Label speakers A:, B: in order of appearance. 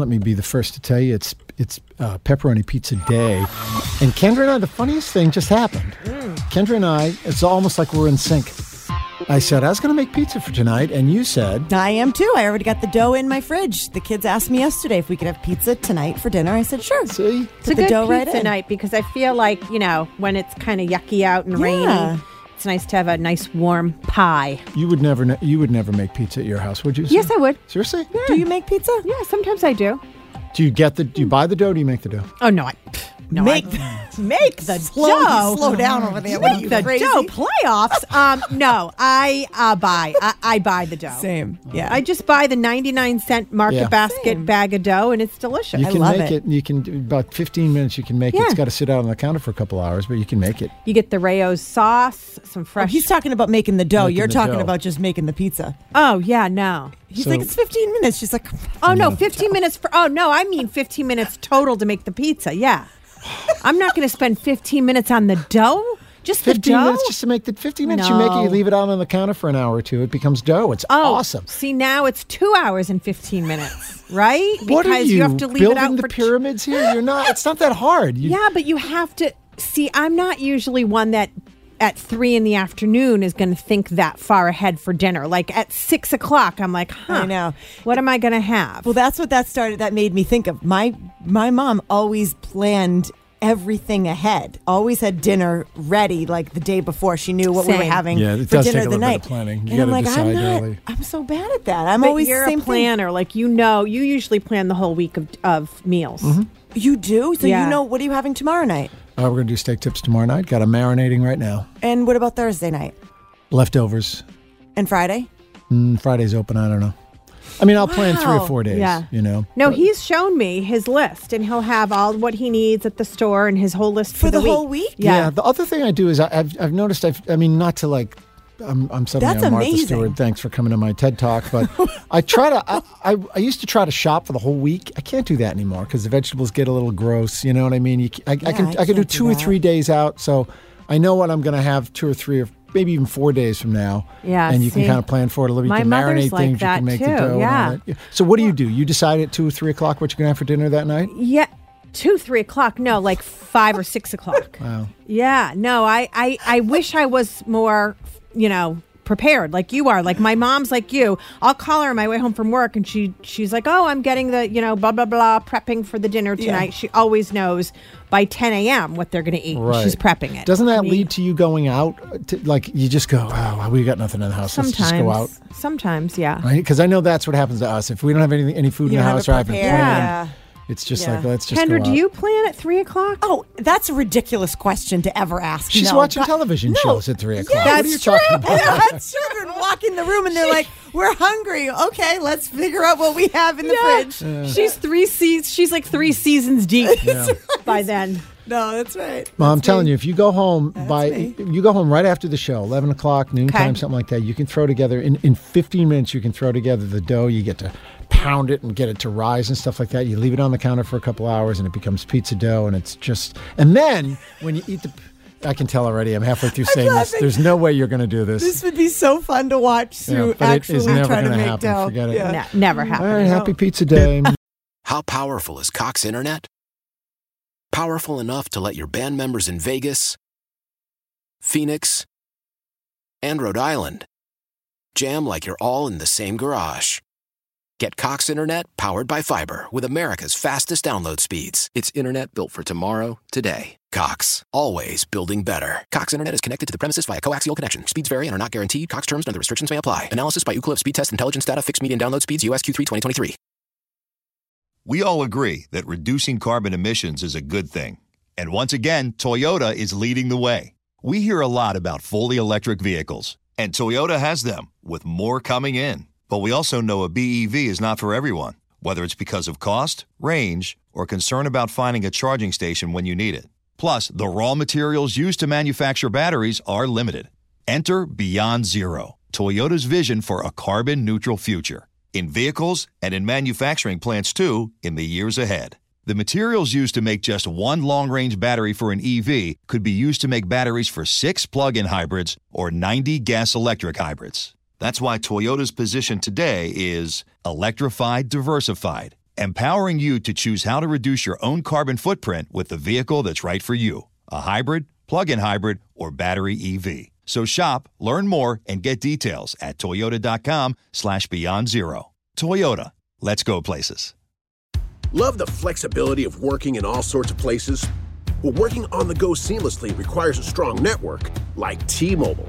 A: Let me be the first to tell you it's it's uh, pepperoni pizza day, and Kendra and I. The funniest thing just happened. Kendra and I. It's almost like we're in sync. I said I was going to make pizza for tonight, and you said
B: I am too. I already got the dough in my fridge. The kids asked me yesterday if we could have pizza tonight for dinner. I said sure.
A: See?
B: Put the dough right
C: pizza
B: in.
C: night because I feel like you know when it's kind of yucky out and
B: Yeah.
C: rainy, it's nice to have a nice warm pie.
A: you would never kn- you would never make pizza at your house, would you?
C: Yes, I would.
A: Seriously?
B: Do you make pizza?
C: Yeah, sometimes I do.
A: Do you get the? Do you buy the dough? Or do you make the dough?
C: Oh no, I no
B: make
C: I,
B: make the slow,
C: dough.
B: Slow down over there. What are
C: make
B: you
C: the
B: crazy?
C: dough playoffs. Um, no, I uh, buy. I, I buy the dough.
B: Same. Yeah.
C: I just buy the 99 cent market
A: Yeah.
C: basket
B: Same.
C: bag of dough and it's delicious.
A: You can
B: love
A: make
B: it.
A: it. You can do about 15 minutes. You can make it. It's
C: Yeah.
A: got to sit out on the counter for a couple hours, but you can make it.
C: You get the Rayo's sauce, some
B: Oh,
C: fresh.
B: he's talking about making the dough.
A: Making
B: You're
A: the
B: talking
A: dough.
B: about just making the pizza.
C: oh, yeah, no.
B: He's
A: So-
B: like, it's 15 minutes. She's like,
C: Oh, no, 15 minutes for. Oh, no, I mean 15 minutes total to make the pizza. Yeah. I'm not going to spend 15 minutes on the dough. Just the
A: 15
C: dough.
A: minutes just to make the 15 minutes. You make it. You
C: No.
A: leave it out on the counter for an hour or two. It becomes dough. It's
C: oh,
A: awesome.
C: See, now it's two hours and 15 minutes, right?
A: what are
C: because
A: you,
C: have to leave
A: building
C: it out
A: the
C: for two-
A: pyramids here? You're not. It's not that hard. You,
C: Yeah, but you have to see. I'm not usually one that at three in the afternoon is going to think that far ahead for dinner. Like at six o'clock, I'm like, huh,
B: I know.
C: what am I going to have?
B: well, that's what that started. That made me think of my my mom always planned everything ahead. Always had dinner ready like the day before. She knew what we
C: Same.
B: were having
A: Yeah, it
B: for
A: does
B: dinner
A: take a little
B: the
A: bit
B: night.
A: of planning. You
B: and I'm
A: gotta
B: like, I'm
A: decide
B: not.
A: early.
B: I'm so bad at that. I'm
C: But
B: always
C: you're
B: same
C: a planner. Like you know, you usually plan the whole week of, of meals.
A: Mm-hmm.
B: Thing. You do, so
C: Yeah.
B: you know what are you having tomorrow night,
A: Uh, we're gonna do steak tips tomorrow night. Got a marinating right now.
B: and what about Thursday night
A: Leftovers.
B: and Friday?
A: Mm, Friday's open. I don't know. I mean, I'll plan three or
B: Wow.
A: four days.
C: Yeah.
A: You know.
C: No,
A: But
C: he's shown me his list, and he'll have all what he needs at the store and his whole list for,
B: For the whole week?
A: Yeah.
C: Yeah.
A: The other thing I do is I, I've I've noticed I've I mean not to like I'm I'm suddenly
B: That's
A: on Martha
B: amazing.
A: Stewart. Thanks for coming to my TED talk, but I try to I, I I used to try to shop for the whole week. I can't do that anymore because the vegetables get a little gross. You know what I mean? You, c- I, I can I,
B: Yeah, I
A: can do
B: can't do
A: two or
B: that.
A: three days out, so I know what I'm going to have two or three or maybe even four days from now.
C: Yeah,
A: and you
C: see.
A: can kind of plan for it a little. bit.
C: My
A: You can
C: mother's
A: marinate
C: like
A: things. you
C: that
A: can make the
C: too,
A: dough. and all
C: yeah.
A: that. So what do you do? You decide at two or three o'clock what you're going to have for dinner that night.
C: Yeah, two, three o'clock. No, like five or six o'clock. Wow. Yeah. No, I, I, I wish I was more, you know, prepared like you are. Like my mom's like you. I'll call her on my way home from work, and she, she's like, oh, I'm getting the, you know, blah blah blah, prepping for the dinner
B: Yeah.
C: tonight. She always knows by 10 a.m. what they're going to eat. and She's prepping it.
A: Doesn't that
C: I mean,
A: lead to you going out? To, like you just go, oh, we got nothing in the house. Let's just go out.
C: Sometimes. Sometimes, yeah.
A: Right? Because I know that's what happens to us. If we don't have any, any food
B: You
A: in the
B: don't have
A: house
B: it
A: or I haven't
B: prepared.
A: planned,
B: Yeah.
A: it's just
B: Yeah.
A: like, let's just
C: Kendra,
A: go
C: do
A: out.
C: you plan at three o'clock?
B: Oh, that's a ridiculous question to ever ask.
A: She's
B: No,
A: watching
B: God-
A: television
B: No.
A: shows at 3 o'clock.
B: Yes,
A: what are you talking about?
B: I had children walk in the room and they're like, "We're hungry. Okay, let's figure out what we have in the fridge."
C: She's three seasons. She's like three seasons deep by then.
B: No, that's right.
A: Mom, I'm
B: That's
A: telling
B: me.
A: you, if you go home by,
B: me.
A: you go home right after the show, 11 o'clock, noontime, something like that, you can throw together, in, in 15 minutes, you can throw together the dough. You get to pound it and get it to rise and stuff like that. You leave it on the counter for a couple hours and it becomes pizza dough and it's just, and then when you eat the, I can tell already, I'm halfway through saying this.
B: laughing.
A: There's no way you're going to do this.
B: This would be so fun to watch Sue
A: Yeah, but it is
B: actually
A: never
B: try to
A: gonna
B: make
A: happen.
B: dough.
A: Forget it.
B: Yeah.
C: No, never
A: All
C: happened.
A: right, happy pizza day.
D: How powerful is Cox Internet? Powerful enough to let your band members in Vegas, Phoenix, and Rhode Island jam like you're all in the same garage. Get Cox Internet powered by fiber with America's fastest download speeds. It's internet built for tomorrow, today. Cox, always building better. Cox Internet is connected to the premises via coaxial connection. Speeds vary and are not guaranteed. Cox terms and other restrictions may apply. Analysis by Ookla of speed test intelligence data fixed median download speeds USQ3 2023.
E: We all agree that reducing carbon emissions is a good thing. And once again, Toyota is leading the way. We hear a lot about fully electric vehicles, and Toyota has them, with more coming in. But we also know a BEV E is not for everyone, whether it's because of cost, range, or concern about finding a charging station when you need it. Plus, the raw materials used to manufacture batteries are limited. Enter Beyond Zero, Toyota's vision for a carbon neutral future in vehicles and in manufacturing plants too in the years ahead. The materials used to make just one long range battery for an EV could be used to make batteries for six plug in hybrids or 90 gas electric hybrids. That's why Toyota's position today is electrified, diversified, empowering you to choose how to reduce your own carbon footprint with the vehicle that's right for you a hybrid, plug in hybrid, or battery EV. So shop, learn more, and get details at toyota.com slash beyond zero. Toyota, let's go places.
F: Love the flexibility of working in all sorts of places? Well, working on the go seamlessly requires a strong network like T-Mobile.